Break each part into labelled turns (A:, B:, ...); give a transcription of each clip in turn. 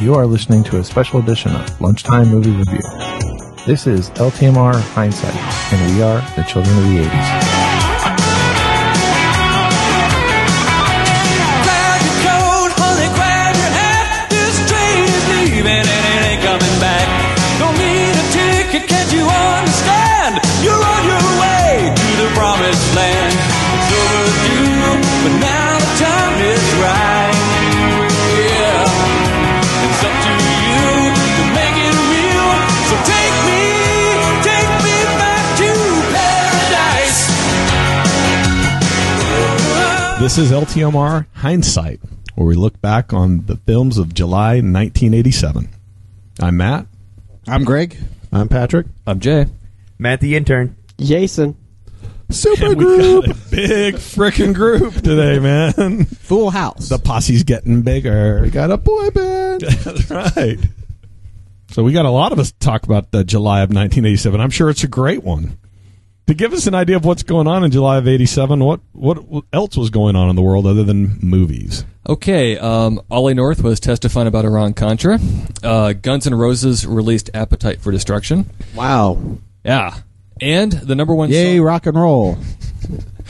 A: You are listening to a special edition of Lunchtime Movie Review. This is LTMR Hindsight, and we are the children of the 80s.
B: Grab your coat, honey, grab your hat. This train is leaving and it ain't coming back. Don't need a ticket, can't you understand? You're on your way to the promised land. It's overdue, but now the time is right. Yeah, it's up to you to make it real. So take me, take me back to paradise.
C: This is LTMR Hindsight, where we look back on the films of July 1987. I'm Matt.
D: I'm Greg.
C: I'm Patrick.
E: I'm Jay.
F: Matt the intern.
G: Jason.
C: Super group. Big freaking group today, man.
D: Full House.
C: The posse's getting bigger. We
D: got a boy band.
C: That's right. So we got a lot of us to talk about the July of 1987. I'm sure it's a great one. To give us an idea of what's going on in July of 87, what what else was going on in the world other than movies?
E: Okay, um, Ollie North was testifying about Iran Contra. Uh, Guns N' Roses released Appetite for Destruction.
D: Wow.
E: Yeah. And the number one
D: Yay,
E: song,
D: rock and roll.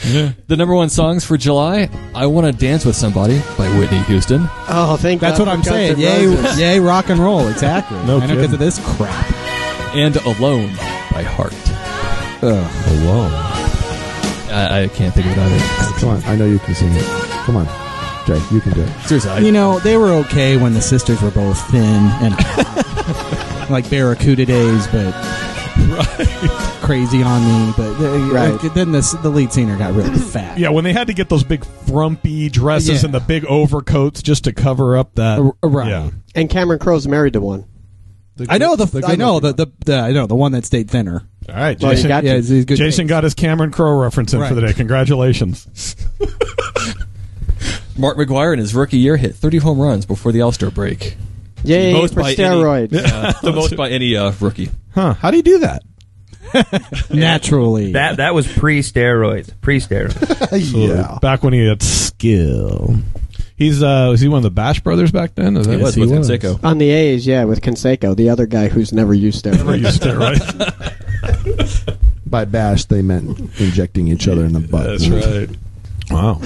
E: the number one songs for July, I Wanna Dance with Somebody by Whitney Houston.
G: Oh, thank
D: That's
G: God
D: what
G: for
D: I'm
G: Guns
D: saying.
G: N'
D: Yay,
G: Roses.
D: yay, rock and roll. Exactly.
C: No
D: I know because
C: kidding.
D: of this crap.
E: And Alone by Heart.
D: Ugh.
C: Alone.
E: I, I can't think of it either.
H: Come on, I know you can sing it. Come on, Jay, you can do it.
E: Seriously, I,
D: You know, they were okay when the sisters were both thin and hot. like Barracuda days, but crazy on me. But they-
G: Right.
D: like, then the, s- the lead singer got really fat.
C: Yeah, when they had to get those big frumpy dresses
D: Yeah.
C: and the big overcoats just to cover up that.
D: Uh, right.
C: Yeah.
G: And Cameron Crowe's married to one.
D: I know the, I know the, the, the I know the one that stayed thinner.
C: All right,
G: Well, you
C: Jason.
G: got
D: Yeah,
G: to.
D: he's- he's good
C: Jason
D: taste.
C: got his Cameron Crowe reference in
D: Right.
C: for the day. Congratulations.
E: Mark McGuire in his rookie year hit 30 home runs before the All-Star break.
G: Yay
E: Most
G: for
E: by any-
G: steroids.
E: Uh, the most by any uh, rookie.
C: Huh. How do you do that?
D: naturally.
F: That that was pre steroids. Pre steroids.
C: Yeah. Back when he had skill. He's uh was he one of the Bash brothers back then? Is that
E: It was
C: he
E: with Conseco.
G: On the A's, yeah, with Conseco, the other guy who's never used
C: Never
G: steroids.
C: used it, right?
H: By bash, they meant injecting each other in the butt.
C: That's right. Wow.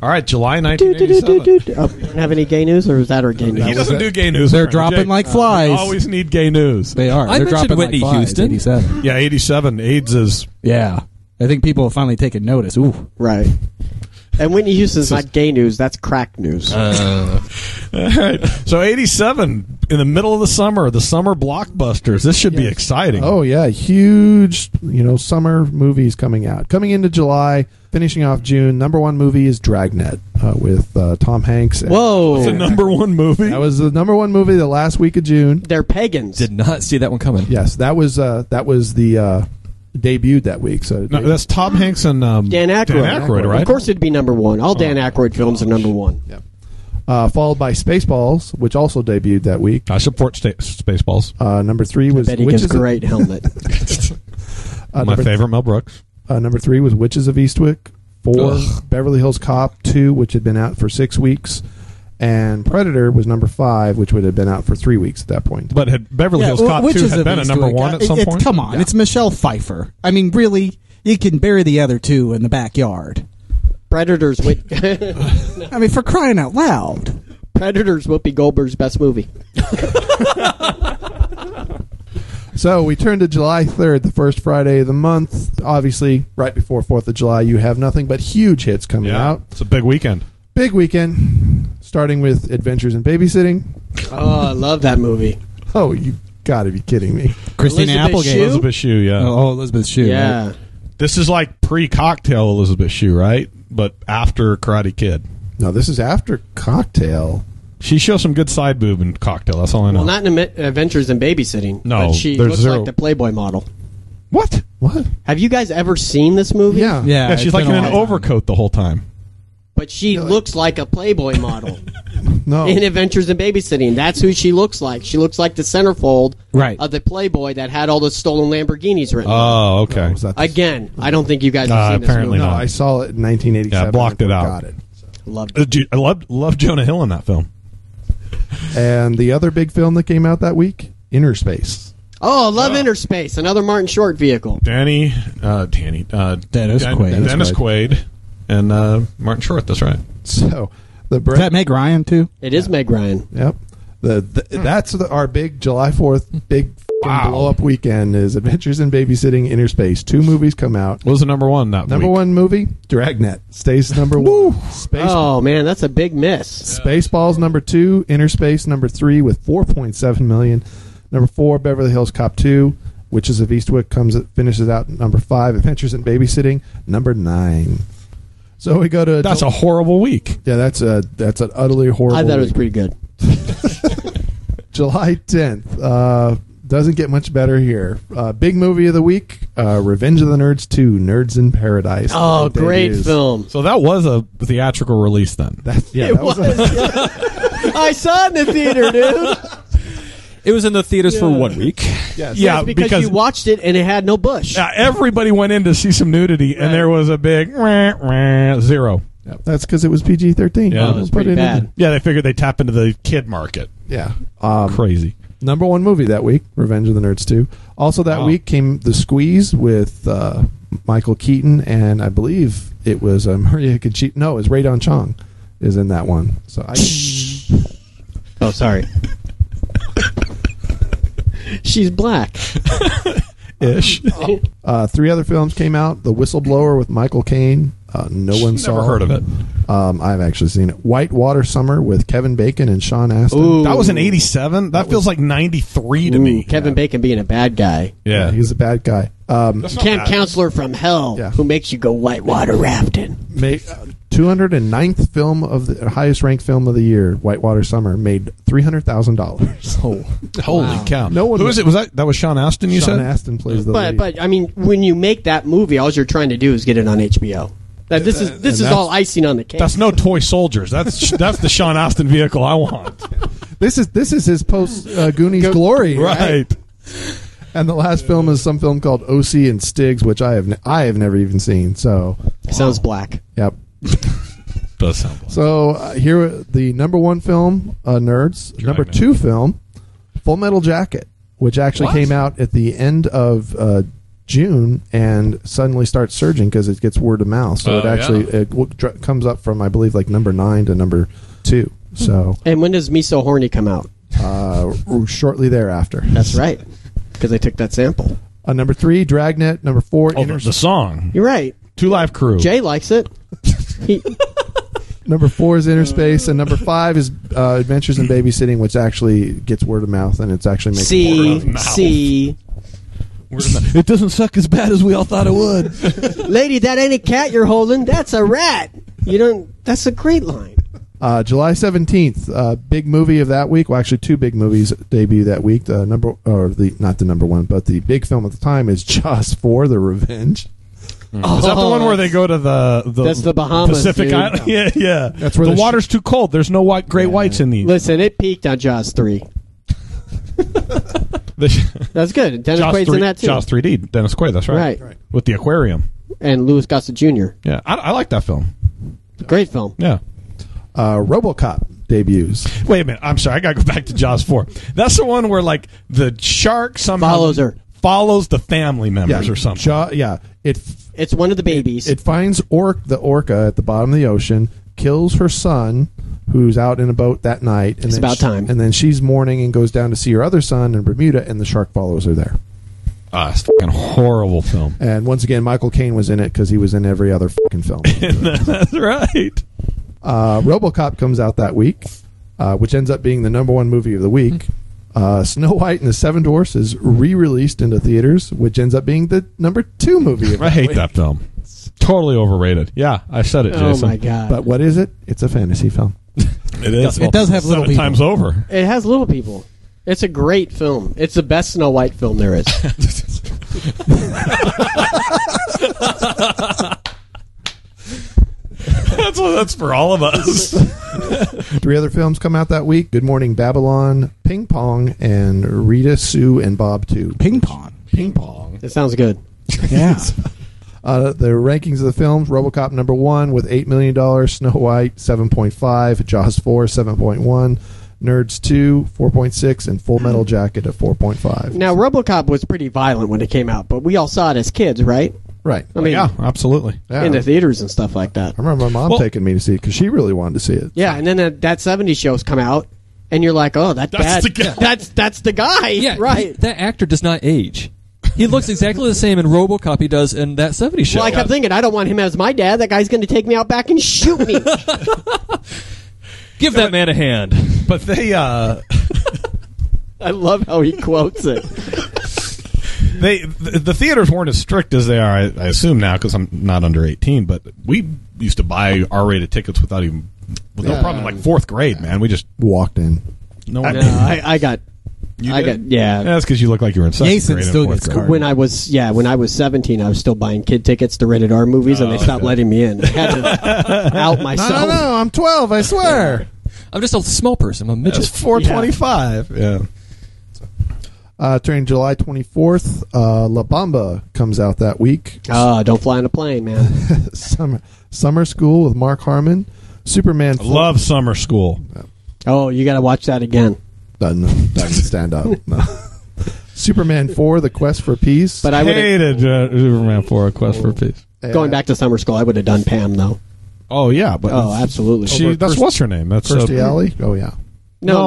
C: All right, July
G: Do, do, do, do,
C: 1987.
G: do, do. Oh, don't have any gay news, or is that our gay
C: He
G: news?
C: doesn't do gay news.
D: They're
C: apparently.
D: dropping like flies.
C: We always need gay news.
D: They are.
E: I
D: They're
E: mentioned
D: dropping
E: Whitney
D: like flies,
E: Houston.
D: 87.
C: Yeah, 87. AIDS is.
D: Yeah. I think people have finally taken notice. Ooh.
G: Right. And Whitney Houston's not gay news, that's crack news.
C: All right. So 87, in the middle of the summer, the summer blockbusters. This should be exciting.
H: Oh yeah, huge, you know, summer movies coming out. Coming into July, finishing off June. Number one movie is Dragnet uh, with uh, Tom Hanks. and-
C: It's the
G: Whoa.
C: number one movie.
H: That was the number one movie the last week of June.
G: They're pagans.
E: Did not see that one coming.
H: Yes, that was uh, that was the uh, debuted that week. So
C: No, that's Tom Hanks and um,
G: Dan Aykroyd.
C: Aykroyd, right?
G: Of course it'd be number one. All Dan Aykroyd films are number one.
H: uh, followed by Spaceballs, which also debuted that week.
C: I support sta- Spaceballs.
H: Uh, number three was
G: Bet he
H: Witches
G: gives
H: of-
G: great helmet.
H: uh,
C: My
H: number-
C: favorite, Mel Brooks.
H: Uh, number three was Witches of Eastwick. Four,
E: Ugh.
H: Beverly Hills Cop. Two, which had been out for six weeks. And Predator was number five, which would have been out for three weeks at that point.
C: But had Beverly Hills Cop 2 had been a number one at some point?
D: Come on, it's Michelle Pfeiffer. I mean, really, you can bury the other two in the backyard.
G: Predators Whit-
D: I mean, for crying out loud.
G: Predators Whoopi Goldberg's best movie.
H: So we turn to July 3rd, the first Friday of the month. Obviously, right before 4th of July, you have nothing but huge hits coming
C: Yeah.
H: out.
C: It's a big weekend.
H: Big weekend, starting with Adventures in Babysitting.
G: Oh, I love that movie.
H: Oh, you gotta be kidding me.
D: Christina
G: Elizabeth
D: Applegate.
G: Shue?
C: Elizabeth Shue, yeah.
D: Oh, oh, Elizabeth Shue. right?
G: Yeah.
C: This is like pre cocktail Elizabeth Shue, right? But after Karate Kid.
H: No, this is after Cocktail.
C: She shows some good side boob in cocktail. That's all I know.
G: Well, not in Ame- Adventures in Babysitting.
C: No,
G: but she
C: there's
G: looks
C: zero-
G: like the Playboy model.
C: what?
H: What?
G: Have you guys ever seen this movie?
H: Yeah.
D: Yeah.
C: Yeah, she's
D: it's
C: like in
D: been a
C: an
D: while.
C: overcoat the whole time.
G: But she looks like a Playboy model
H: No.
G: in Adventures in Babysitting. That's who she looks like. She looks like the centerfold
D: Right.
G: of the Playboy that had all the stolen Lamborghinis written. on it.
C: Oh, okay.
H: Was that the-
G: Again, I don't think you guys have
C: Uh,
G: seen this
C: apparently
G: movie.
H: No,
C: No.
H: I saw it in 1987.
C: Yeah, blocked
H: and
C: it out.
H: forgot it.
G: Loved
C: Uh,
G: it.
C: do- I love love Jonah Hill in that film.
H: and the other big film that came out that week, Inner Space.
G: Oh, I love Interspace, another Martin Short vehicle.
C: Danny, uh, Danny, uh,
D: Dennis
C: Dan-
D: Quaid.
C: Dennis Quaid, and uh, Martin Short. That's right.
H: So the
D: Does
H: Brett,
D: that make Ryan too?
G: It is Meg Ryan.
H: yep, the, the that's the, our big July Fourth big
C: Wow.
H: blow up weekend is Adventures in Babysitting, Inner Space. Two movies come out.
C: What was the number one that
H: Number
C: week?
H: one movie, Dragnet stays number one. Space
G: Oh man, that's a big miss.
H: Spaceballs number two, Interspace number three with 4.7 million. Number four, Beverly Hills Cop two, Witches of Eastwick comes finishes out at number five. Adventures in Babysitting number nine. So we go to
C: That's a horrible week.
H: yeah. That's a that's an utterly horrible.
G: I thought it was
H: week.
G: pretty good.
H: July 10th. Uh, doesn't get much better here. Uh, big movie of the week: uh, Revenge of the Nerds two, Nerds in Paradise.
G: Oh,
H: That
G: great
H: debuts.
G: film.
C: So that was a theatrical release then.
H: That, yeah, that was, a-
G: I saw it in the theater, dude.
E: It was in the theaters for one week.
H: yes.
C: yeah,
G: That's because, you watched it and it had no bush.
C: uh, everybody went in to see some nudity, and there was a big wah, wah, zero.
H: that's because it was PG thirteen.
C: Yeah. Oh, that's
G: pretty bad.
C: Yeah, they figured they tap into the kid market.
H: Yeah, um,
C: Crazy.
H: number one movie that week, Revenge of the Nerds 2. Also that
C: Wow.
H: week came The Squeeze with uh, Michael Keaton, and I believe it was uh, Maria Conchita. No, it was Radon Chong is in that one. So I,
G: Oh, sorry. She's black.
C: Ish.
H: uh, three other films came out: The Whistleblower with Michael Caine. Uh, no one saw.
C: Never heard of it.
H: Um, I've actually seen it. White Water Summer with Kevin Bacon and Sean Astin.
G: Ooh.
C: That was an 87. That, feels like 93 to
G: Ooh,
C: me.
G: Kevin Bacon being a bad guy.
C: Yeah.
H: he's a bad guy. Um,
C: That's not
G: Camp
C: bad.
G: counselor from hell
H: Yeah.
G: who makes you go whitewater rafting.
H: made uh, 209th film of the highest ranked film of the year. Whitewater Summer made three hundred thousand dollars.
C: Oh, Holy cow.
H: No one
C: Who is it? Was that that was Sean Astin you
H: Sean
C: said?
H: Astin plays the
G: But
H: lead.
G: but I mean, when you make that movie, all you're trying to do is get it on HBO. That this is this is all icing on the cake.
C: That's no toy soldiers. That's that's the Sean Astin vehicle I want.
H: this is this is his post uh, Goonies glory,
C: Right.
H: And the last film is some film called OC and Stigs, which I have ne- I have never even seen. So,
G: Sounds black.
H: yep.
C: Does sound like.
H: So uh, here are the number one film, uh, Nerds. number
C: Dragnet.
H: two film, Full Metal Jacket, which actually
C: What?
H: came out at the end of uh, June and suddenly starts surging because it gets word of mouth. So
C: Oh,
H: it actually
C: yeah.
H: it w- dr- comes up from I believe like number nine to number two. So
G: And when does Me So Horny come out?
H: uh, r- shortly thereafter,
G: That's right. Because I took that sample.
H: Uh, number three, Dragnet. Number four,
C: Oh,
H: Inter-
C: the song.
G: You're right.
C: Two Live Crew.
G: Jay likes it. He,
H: number four is Inner Space, and number five is uh, Adventures in Babysitting, which actually gets word of mouth, and it's actually making
G: see,
C: Word of mouth.
G: see,
C: We're not- it doesn't suck as bad as we all thought it would.
G: lady, that ain't a cat you're holding. That's a rat. You don't. That's a great line.
H: Uh, July seventeenth, uh, big movie of that week. Well, actually, two big movies debut that week. The number, or the not the number one, but the big film at the time is Jaws Four: The Revenge.
C: Is that the one where they go to the, the
G: That's the Bahamas,
C: Pacific
G: dude.
C: Island? Yeah, yeah.
H: That's where
C: the
H: the sh-
C: water's too cold. There's no white great whites in these.
G: Listen, it peaked on Jaws three.
C: The sh-
G: That's good. Dennis
C: Jaws
G: Quaid's
C: 3,
G: in that too,
C: Jaws 3D. Dennis Quaid. That's right.
G: Right. Right.
C: With the aquarium.
G: and Louis Gossett Jr.
C: Yeah, I, I like that film.
G: Great film.
C: Yeah.
H: Uh, RoboCop debuts.
C: Wait a minute. I'm sorry. I gotta go back to Jaws Four. That's the one where like the shark somehow
G: Follows her.
C: follows the family members or something.
H: Jaw, yeah, it
G: It's one of the babies.
H: it finds orc the orca at the bottom of the ocean, kills her son, who's out in a boat that night. And
G: It's
H: then
G: about
H: she-
G: time.
H: And then she's mourning and goes down to see her other son in Bermuda, and the shark follows her there.
C: Ah, it's a fucking horrible film.
H: And once again, Michael Caine was in it because he was in every other fucking film.
C: That's right.
H: Uh, RoboCop comes out that week, uh, which ends up being the number one movie of the week. Uh, Snow White and the Seven Dwarfs is re-released into theaters, which ends up being the number two movie. Of
C: I hate that film. Totally overrated. Yeah, I said it,
G: oh
C: Jason.
G: my god!
H: But what is it? It's a fantasy film.
C: It is.
D: It does have little
C: Seven
D: people.
C: times over.
G: it has little people. It's a great film. It's the best Snow White film there is.
C: That's that's for all of us.
H: Three other films come out that week: Good Morning Babylon, Ping Pong, and Rita, Sue, and Bob Two.
D: Ping pong.
H: Ping Pong.
G: it sounds good.
D: Yeah.
H: Uh, the rankings of the films: RoboCop number one with eight million dollars, Snow White seven point five, Jaws four seven point one, Nerds 2, 4.6, and Full Metal Jacket at 4.5.
G: Now, RoboCop was pretty violent when it came out, but we all saw it as kids, right?
H: right.
G: I mean,
C: yeah, absolutely.
H: Yeah.
G: in the theaters and stuff like that.
H: I remember my mom
C: Well-
H: taking me to see it because she really wanted to see it.
G: Yeah, and then that, that '70s show's come out, and you're like, oh, that
C: That's
G: bad,
C: the guy.
G: that's that's the guy,
E: Yeah, he-
G: right?
E: that actor does not age. He looks exactly the same in RoboCop he does in that 70s show.
G: well, I kept thinking, I don't want him as my dad. That guy's going to take me out back and shoot me.
E: Give that man a hand.
C: But they uh,
G: I love how he quotes it.
C: they the, the theaters weren't as strict as they are. I, I assume now because I'm not under 18. But we used to buy R-rated tickets without even with no
H: Yeah.
C: problem. Like fourth grade, man. We just
H: Walked in.
C: no
G: No,
C: one.
G: I, I got,
C: You
G: I
C: did?
G: got, yeah.
C: That's because you look like you were in second
D: Jason
C: grade. and
D: still
C: fourth
D: gets
C: grade.
D: carded.
G: When I was yeah, when I was seventeen, I was still buying kid tickets to rated R movies, and they stopped letting me in. I had to out
H: No,
G: myself.
H: no, no. I'm 12, I swear.
E: I'm just a small person. I'm a midget.
C: It's 425. yeah.
H: Uh, during July 24th, uh, La Bamba comes out that week.
G: Oh, don't fly on a plane, man.
H: Summer Summer School with Mark Harmon. Superman.
C: I love summer school.
G: Oh, you got to watch that again.
H: Doesn't, doesn't stand up. No. Superman 4, The Quest for Peace.
G: But I would
C: hated uh, Superman for a quest for peace.
G: going back to summer school. I would have done Pam though.
C: Oh yeah, but
G: Oh, absolutely.
C: She,
H: Over
C: that's
H: Kirst-
C: what's her name? That's
H: Kirstie
C: uh,
H: Alley. Oh, yeah.
G: No,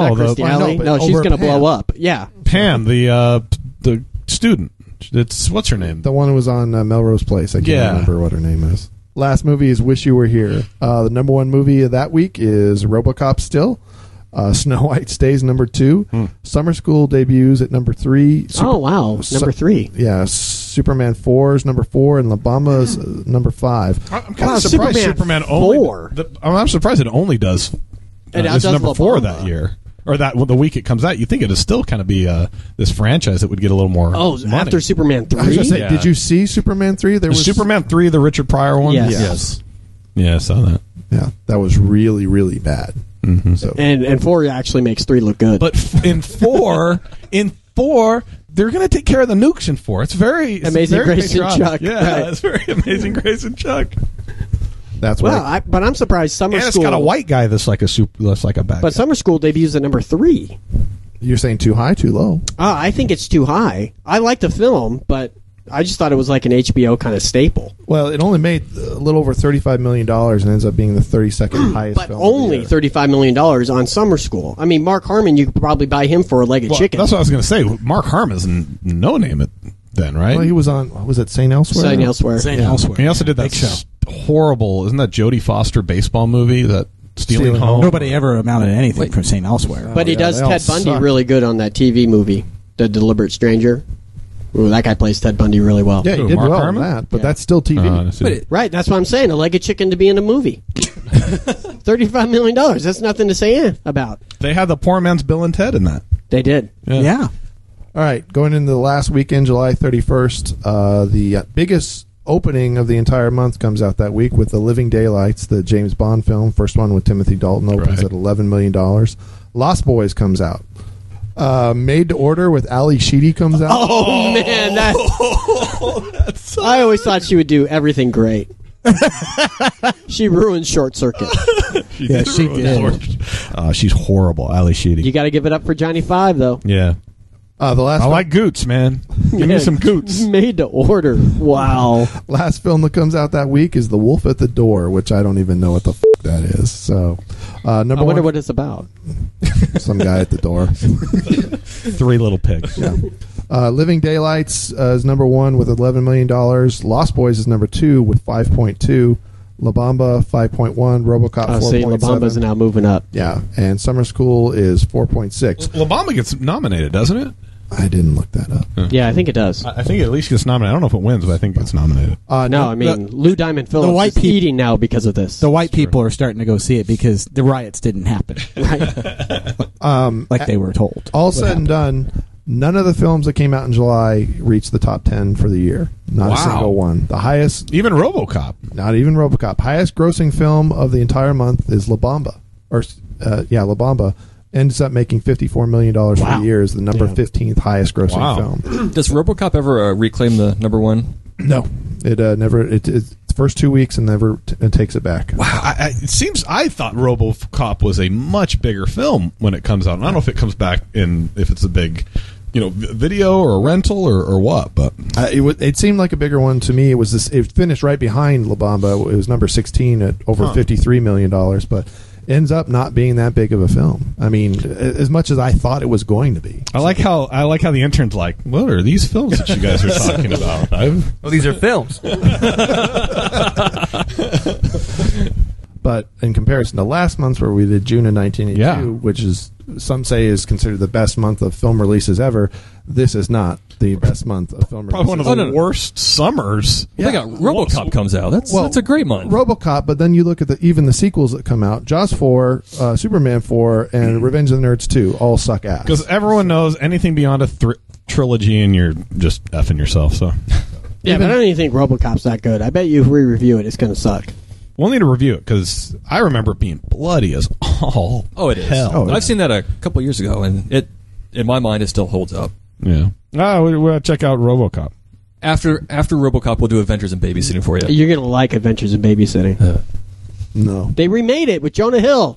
C: No,
G: not
C: the-
G: Christy
H: I know,
G: Alley.
H: but
G: no, she's
H: over
G: gonna
H: Pam.
G: blow up. Yeah.
C: Pam, the uh, the student. It's what's her name?
H: The one who was on uh, Melrose Place. I can't
C: Yeah.
H: remember what her name is. Last movie is Wish You Were Here. Uh, the number one movie of that week is Robocop still. Uh, Snow White stays number two.
C: Hmm.
H: Summer School debuts at number three. Super-
G: oh wow,
H: Su-
G: number three.
H: Yeah, Superman 4 is number four, and La Bamba is uh, number five.
C: I'm kind
G: Wow,
C: of surprised
G: Superman
C: Superman only.
G: four.
C: the- I'm, I'm surprised it only does. uh,
G: It
C: it's
G: outdoes
C: number
G: La
C: four
G: Bamba.
C: that year, or that well, the week it comes out. You think it'd still kind of be uh, this franchise that would get a little more.
G: Oh,
C: money.
G: after Superman
H: I was
G: three.
H: gonna say,
C: Yeah.
H: did you see Superman three? There
C: Was
H: was
C: Superman three, the Richard Pryor one.
G: Yes.
H: Yes.
C: yeah, I saw that.
H: Yeah, that was really really bad.
C: Mm-hmm.
H: So
G: and and four actually makes three look good.
C: But f- in four, in four, they're going to take care of the nukes in four. It's very it's
G: Amazing
C: very
G: Grace and
C: patriotic.
G: Chuck,
C: Yeah,
G: right.
C: it's very amazing Grace and Chuck.
H: that's why
G: well, I, but I'm surprised summer
C: And it's
G: school.
C: got a white guy that's like a super, that's like a bad.
G: But
C: guy.
G: summer school debuts at number three.
H: you're saying too high, too low.
G: Uh, I think it's too high. I like the film, but I just thought it was like an HBO kind of staple.
H: Well, it only made a little over thirty five million dollars and ends up being the thirty second highest.
G: But
H: film of the
G: only
H: year.
G: $35 million on summer school. I mean, Mark Harmon, you could probably buy him for a leg of
C: Well,
G: chicken.
C: That's what I was going to say. Mark Harmon's n- no name it then, right?
H: Well, he was on. What was it Saint Elsewhere?
G: Sign elsewhere.
D: Saying elsewhere.
C: he also did that
D: Big show.
C: s- horrible. Isn't that Jodie Foster baseball movie that stealing,
H: Stealing
C: home?
H: Home.
D: Nobody ever amounted to anything
E: Wait.
D: from St. Elsewhere.
G: But he
H: yeah,
G: does
H: they all
G: Ted Bundy
H: suck.
G: really good on that TV movie, The Deliberate Stranger. Ooh, that guy plays Ted Bundy really well.
H: Yeah, he
C: Who,
H: did
C: Mark
H: well
C: Harmon?
H: on that, but
G: Yeah.
H: that's still TV.
C: Uh, let's see.
E: But it-
G: Right, that's what I'm saying. A leg of chicken to be in a movie. $35 million. That's nothing to say eh, about.
C: they had the poor man's Bill and Ted in that.
G: They did.
D: yeah.
H: All right, going into the last weekend, July 31st, uh, the uh, biggest opening of the entire month comes out that week with The Living Daylights, the James Bond film. First one with Timothy Dalton opens
C: Right.
H: at $11 million. Lost Boys comes out. Uh, Made to Order with Ali Sheedy comes out.
G: Oh, man, that's, I always thought she would do everything great. she ruined Short Circuit.
C: She
D: Yeah, she did.
C: Uh, she's horrible, Ali Sheedy.
G: You got to give it up for Johnny Five though.
C: yeah,
H: Uh, the last
C: I like Goots, man. Give me some Goots.
G: Made to order. Wow.
H: last film that comes out that week is The Wolf at the Door, which I don't even know what the f- that is. So, uh,
G: I
H: number
G: wonder
H: one,
G: what it's about.
H: some guy at the door.
C: Three little pigs. Yeah.
H: Uh, Living Daylights uh, is number one with eleven million dollars. Lost Boys is number two with five point two. La Bamba five point one. RoboCop
G: Oh,
H: four
G: see, La
H: point
G: Bamba's
H: seven.
G: now moving up.
H: Yeah, and Summer School is four point six.
C: Obama gets nominated, doesn't it?
H: I didn't look that up.
G: Yeah, I think it does.
C: I I think it at least gets nominated. I don't know if it wins, but I think it's nominated.
H: Uh,
G: No, I mean Lou Diamond Phillips
D: the white
G: is
D: peop-
G: eating now because of this.
D: The white people are starting to go see it because the riots didn't happen like they were told.
H: all said and done, none of the films that came out in July reached the top ten for the year. Not a
C: Wow.
H: single one. The highest,
C: Even RoboCop.
H: not even RoboCop. Highest grossing film of the entire month is La Bamba, or uh, yeah, La Bamba. Ends up making fifty-four million dollars for
D: Wow.
H: the year is the number fifteenth highest grossing
C: Wow.
H: film.
E: Does RoboCop ever uh, reclaim the number one?
H: No, it uh, never. It, it first two weeks and never t- and takes it back.
C: Wow, I, I, it seems I thought RoboCop was a much bigger film when it comes out. And I don't know if it comes back in if it's a big, you know, v- video or a rental or, or what. But
H: Uh, it, was, it seemed like a bigger one to me. It was this. It finished right behind La Bamba. It was number sixteen at over fifty-three million dollars, but ends up not being that big of a film. I mean, a- as much as I thought it was going to be.
C: I like how I like how the intern's like, what are these films that you guys are talking about? I've,
F: Oh, these are films.
H: But in comparison to last month, where we did June of 1982,
C: Yeah.
H: which is some say is considered the best month of film releases ever, this is not the best month of film
C: probably
H: releases.
C: one of the worst summers.
E: They got RoboCop comes out. That's that's a great month.
H: RoboCop, but then you look at the even the sequels that come out: Jaws four, uh, Superman four, and Revenge of the Nerds two all suck ass.
C: Because everyone knows anything beyond a thr trilogy, and you're just effing yourself. So
G: Yeah, but I don't even think RoboCop's that good. I bet you if we review it, it's going to suck.
C: we'll need to review it because I remember it being bloody as all.
E: oh, it is.
C: hell.
H: Oh, yeah.
E: I've seen that a couple years ago, and it in my mind it still holds up.
C: Yeah. Ah, we, we'll check out RoboCop.
E: After after RoboCop, we'll do Adventures in Babysitting for you.
G: You're going to like Adventures in Babysitting.
H: no,
G: They remade it with Jonah Hill.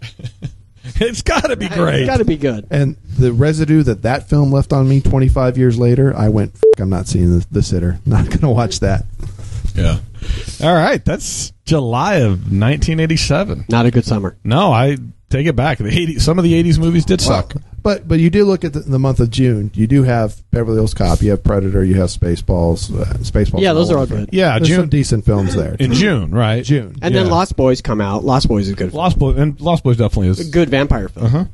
C: It's got to be great.
G: It's got to be good.
H: and the residue that that film left on me 25 years later, I went, F- I'm not seeing the, the sitter. Not gonna watch that.
C: Yeah. All right. That's July of 1987.
G: Not a good summer.
C: No, I take it back. The 80, some of the 80s movies did suck.
H: Well, Uh, But but you do look at the, the month of June. You do have Beverly Hills Cop. You have Predator. You have Spaceballs. Uh, Spaceballs.
G: Yeah,
H: are
G: those are all
H: different.
G: good.
C: yeah,
H: There's some
C: June.
H: decent films there.
C: In June, right?
H: June.
G: And then
C: Yeah.
G: Lost Boys come out. Lost Boys is good.
C: Lost Uh-huh. Boys, and Lost Boys definitely is.
G: Good vampire film.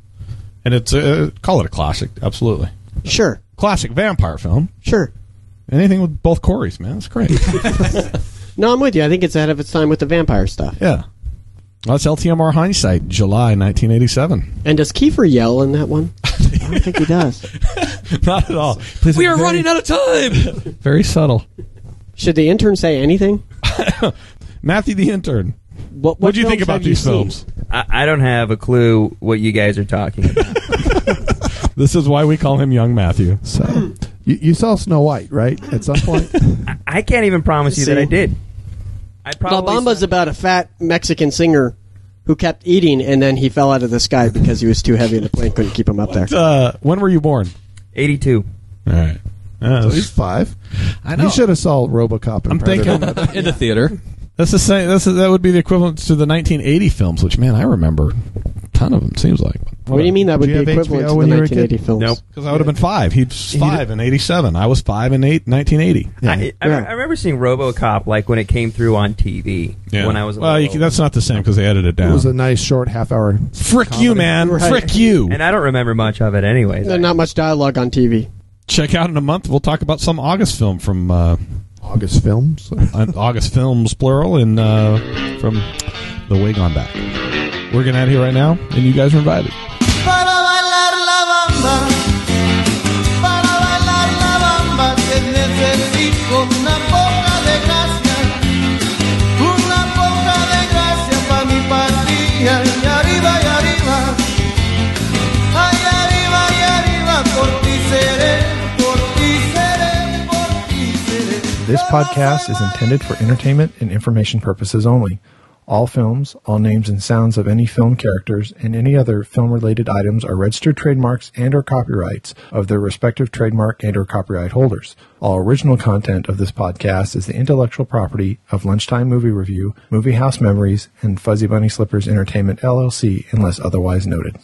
C: And it's uh, call it a classic, absolutely.
G: Sure,
C: Classic vampire film.
G: sure.
C: Anything with both Corys, man, that's great.
G: No, I'm with you. I think it's ahead of its time with the vampire stuff.
C: yeah, that's LTMR hindsight, July 1987.
G: And does Kiefer yell in that one? I don't think he does.
C: Not at all.
E: We are running out of time.
C: Very subtle.
G: Should the intern say anything?
C: Matthew the intern.
G: What,
C: What do you
G: films
C: think about
G: have you
C: these
G: seen?
C: films?
F: I, I don't have a clue what you guys are talking about.
C: This is why we call him Young Matthew.
H: So you, you saw Snow White, right? At some point.
F: I can't even promise you that I
G: See.
F: did. I
G: La
F: probably
G: Bamba's about a fat Mexican singer who kept eating and then he fell out of the sky because he was too heavy and the plane couldn't keep him up there.
C: Uh, when were you born?
F: 82.
C: All right. Uh,
H: so he's five.
C: I
H: You should have saw RoboCop. And
C: I'm
H: Predator.
C: thinking that's
E: in the theater.
C: the same. That's that would be the equivalent to the 1980 films, which man, I remember a ton of them. Seems like.
G: What do you mean that would
H: Do you
G: be
H: have
G: equivalent
H: HBO
G: to the
H: when you were a kid?
G: 1980 films?
F: Nope.
C: Because I would have been five. He's
H: He'd-
C: five in '87. I was five in eight 1980.
F: I, I,
G: Yeah.
F: I remember seeing RoboCop like when it came through on TV when I was a
C: well, you
F: little
C: can, that's not the same because they edited it
H: It
C: down.
H: was a nice short half hour.
C: Frick you, man!
G: Right.
C: Frick you!
F: and I don't remember much of it anyways.
G: There's not much dialogue on TV.
C: Check out in a month. We'll talk about some August film from uh,
H: August films.
C: on August films plural and uh, from the way gone back. We're getting out of here right now, and you guys are invited.
I: Para bailar la bamba, para bailar la bamba te necesito una poca de gracia, una poca de gracia pa' mi patria, y arriba y arriba, ay arriba y arriba, por ti seré, por ti seré, por ti seré.
A: This podcast is intended for entertainment and information purposes only. All films, all names and sounds of any film characters, and any other film-related items are registered trademarks and or copyrights of their respective trademark and or copyright holders. All original content of this podcast is the intellectual property of Lunchtime Movie Review, Movie House Memories, and Fuzzy Bunny Slippers Entertainment LLC unless otherwise noted.